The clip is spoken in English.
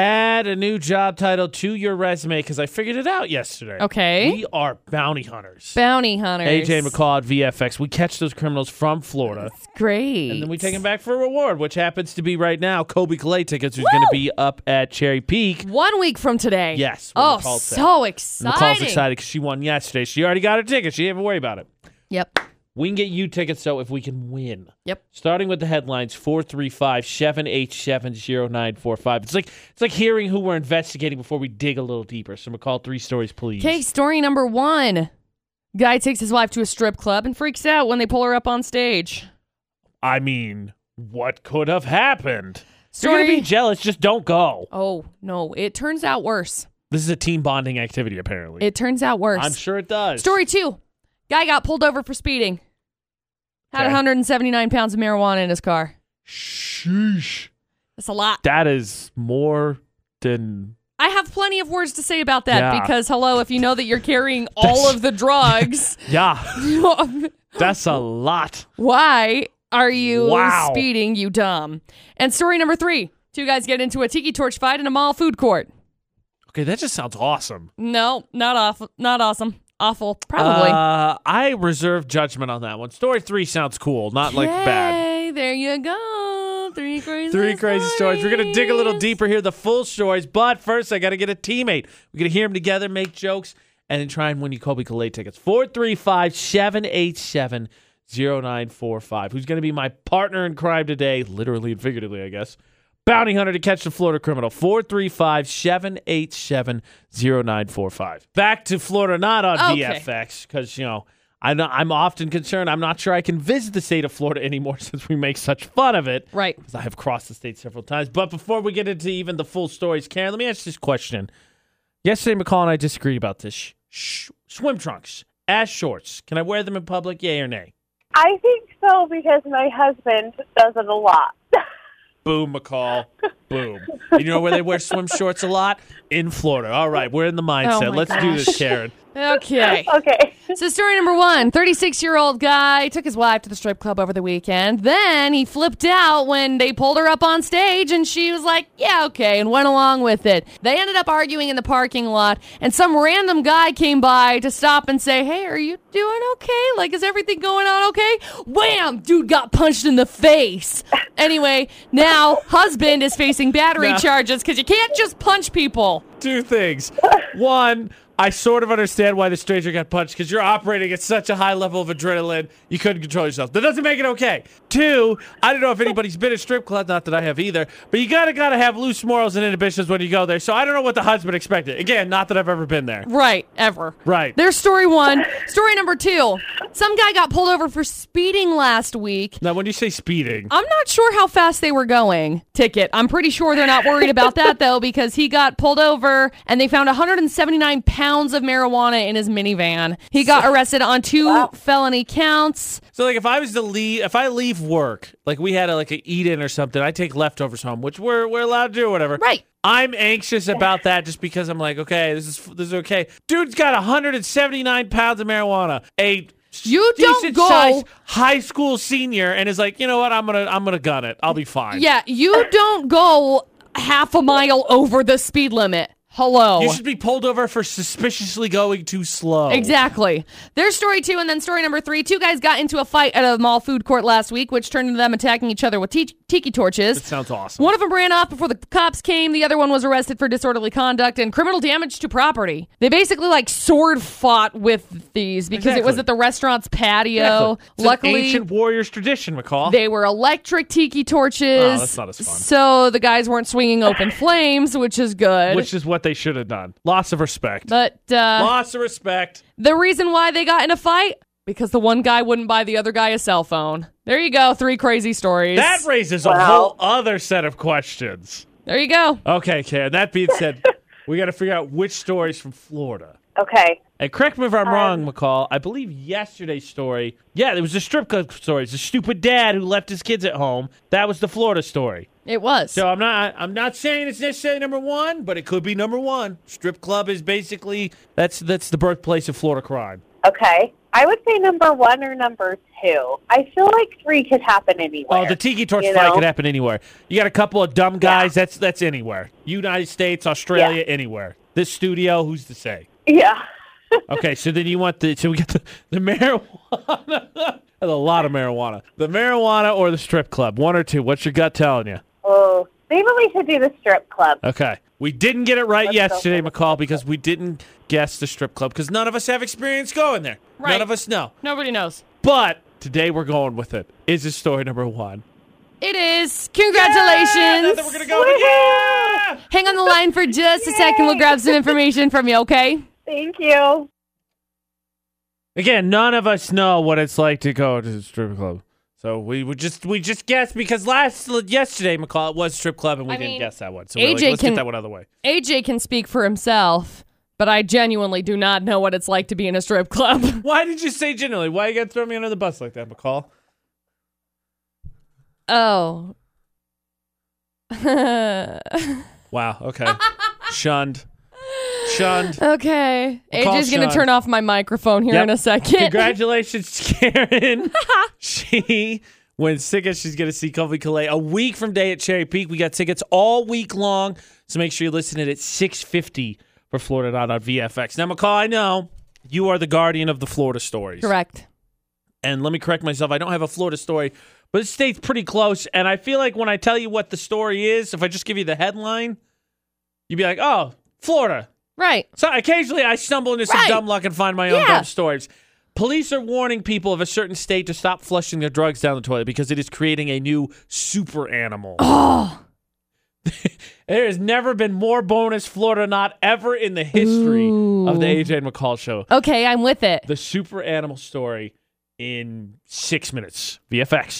Add a new job title to your resume because I figured it out yesterday. Okay. We are bounty hunters. Bounty hunters. AJ McCall at VFX. We catch those criminals from Florida That's great. and then we take him back for a reward, which happens to be right now Kobe Clay tickets, who's going to be up at Cherry Peak. One week from today. Yes. when Oh, McCall's there. so And exciting. McCall's excited because she won yesterday. She already got her ticket. She didn't have to worry about it. Yep. We can get you tickets, though, if we can win. Yep. Starting with the headlines 435 787 0945. It's like, it's like hearing who we're investigating before we dig a little deeper. So, McCall, three stories, please. Okay, story number one. Guy takes his wife to a strip club and freaks out when they pull her up on stage. I mean, what could have happened? You're Story. going to be jealous. Just don't go. oh no! It turns out worse. This is a team bonding activity, apparently. It turns out worse. I'm sure it does. Story two. Guy got pulled over for speeding. Had Okay. 179 pounds of marijuana in his car. Sheesh. That's a lot. That is more than I have plenty of words to say about that Yeah. because, hello, if you know that you're carrying all of the drugs, yeah. That's a lot. why are you Wow. speeding, you dumb? And story number three two guys get into a tiki torch fight in a mall food court. Okay, that just sounds awesome. No, not awful. Not awesome. Awful. Probably. Uh, I reserve judgment on that one. Story three sounds cool, not like bad. Yay, There you go. Three crazy Three crazy stories. We're gonna dig a little stories. deeper here, the full stories. But first, I gotta get a teammate. We're gonna hear them together, make jokes, and then try and win you Kobe Calais tickets. 435-787-0945. Who's gonna be my partner in crime today? Literally and figuratively, I guess. Bounty hunter to catch the Florida criminal. 435-787-0945. Back to Florida, not on Okay. VFX, because you know. I know, I'm often concerned. I'm not sure I can visit the state of Florida anymore since we make such fun of it Right. because I have crossed the state several times. But before we get into even the full stories, Karen, let me ask this question. Yesterday, McCall and I disagreed about this. Sh- sh- swim trunks, ass shorts. Can I wear them in public? Yay or nay? I think so because my husband does it a lot. Boom, McCall. Boom. You know where they wear swim shorts a lot? In Florida. All right, we're in the mindset. Oh my Let's do gosh. this, Karen. Okay. okay. So, story number one 36 year old guy took his wife to the strip club over the weekend. Then he flipped out when they pulled her up on stage and she was like, yeah, okay, and went along with it. They ended up arguing in the parking lot, and some random guy came by to stop and say, hey, are you doing okay? Like, is everything going on okay? Wham! Dude got punched in the face. Anyway, now husband is facing battery No. charges because you can't just punch people. Two things. One, I sort of understand why the stranger got punched because you're operating at such a high level of adrenaline, you couldn't control yourself. That doesn't make it okay. Two, I don't know if anybody's been at strip club, not that I have either, but you gotta gotta have loose morals and inhibitions when you go there. So I don't know what the husband expected. Again, not that I've ever been there. Right, ever. Right. There's story one. story number two. Some guy got pulled over for speeding last week. Now, when you say speeding, I'm not sure how fast they were going. Ticket. I'm pretty sure they're not worried about that though, because he got pulled over and they found 179 pounds of marijuana in his minivan. He got arrested on two felony counts. so like if I was to leave, if I leave work, like we had a, like a eat in or something, I take leftovers home, which we're we're allowed to do, or whatever. Right. I'm anxious about that just because I'm like, okay, this is this is okay. Dude's got 179 pounds of marijuana. A You don't decent go- sized high school senior, and is like, you know what? I'm gonna I'm gonna gun it. I'll be fine. Yeah, you don't go half a mile over the speed limit. Hello. You should be pulled over for suspiciously going too slow. Exactly. There's story two, and then story number three. Two guys got into a fight at a mall food court last week, which turned into them attacking each other with ti- tiki That torches. sounds awesome. One of them ran off before the cops came. The other one was arrested for disorderly conduct and criminal damage to property. They basically like sword fought with these because it was Exactly. at the restaurant's patio. Exactly. It's an Luckily, ancient warriors tradition, McCall. they were electric tiki torches. Oh, that's not as fun. So the guys weren't swinging open flames, which is good. which is what they should have done. Lots of respect. but uh, Lots of respect. The reason why they got in a fight? Because the one guy wouldn't buy the other guy a cell phone. There you go. Three crazy stories. That raises a whole other set of questions. there you go. Okay, Karen. That being said, we got to figure out which stories from Florida. Okay. And correct me if I'm wrong, McCall. I believe yesterday's story. Yeah, it was the strip club story. It's the stupid dad who left his kids at home. That was the Florida story. It was. So I'm not. I'm not saying it's necessarily number one, but it could be number one. Strip club is basically that's that's the birthplace of Florida crime. Okay. I would say number one or number two. I feel like three could happen anywhere. Oh, the tiki torch you fight know? could happen anywhere. You got a couple of dumb guys. That's that's anywhere. United States, Australia, anywhere. This studio, who's to say? yeah. Okay, so then you want the so we got the, the marijuana. That's a lot of marijuana. The marijuana or the strip club, one or two. What's your gut telling you? Oh, maybe we should do the strip club. Okay, we didn't get it right Let's go yesterday, for the McCall, because we didn't guess the strip club because none of us have experience going there. Right. None of us know. Nobody knows. But today we're going with it. Is this story number one? It is. Yeah, Congratulations. that we're gonna go with- yeah! Hang on the line for just a second. We'll Yay. grab some information from you, okay? Thank you. Again, none of us know what it's like to go to the strip club. So we would just we just guessed because last yesterday McCall it was strip club and we I didn't mean, guess that one. So we're like, AJ let's can- get that one out of the way. AJ can speak for himself, but I genuinely do not know what it's like to be in a strip club. Why did you say generally? Why you gotta throw me under the bus like that, McCall? Oh. okay. Wow. Okay. Shunned. Shunned. We'll call AJ's going Sean. to turn off my microphone here Yep. in a second. Congratulations, Karen. she wins tickets. She's going to see Kobe Calais a week from day at Cherry Peak. We got tickets all week long, so make sure you listen in at 6.50 for Florida Not on VFX. Now, McCall, I know you are the guardian of the Florida stories. Correct. And let me correct myself. I don't have a Florida story, but this state's pretty close. And I feel like when I tell you what the story is, if I just give you the headline, you'd be like, oh, Florida. Right. So occasionally I stumble into some Right. dumb luck and find my own Yeah. dumb stories. Police are warning people of a certain state to stop flushing their drugs down the toilet because it is creating a new super animal. Oh. There has never been more bonus Florida not ever in the history of the Ooh. AJ and McCall show. Okay, I'm with it. The super animal story in six minutes. VFX.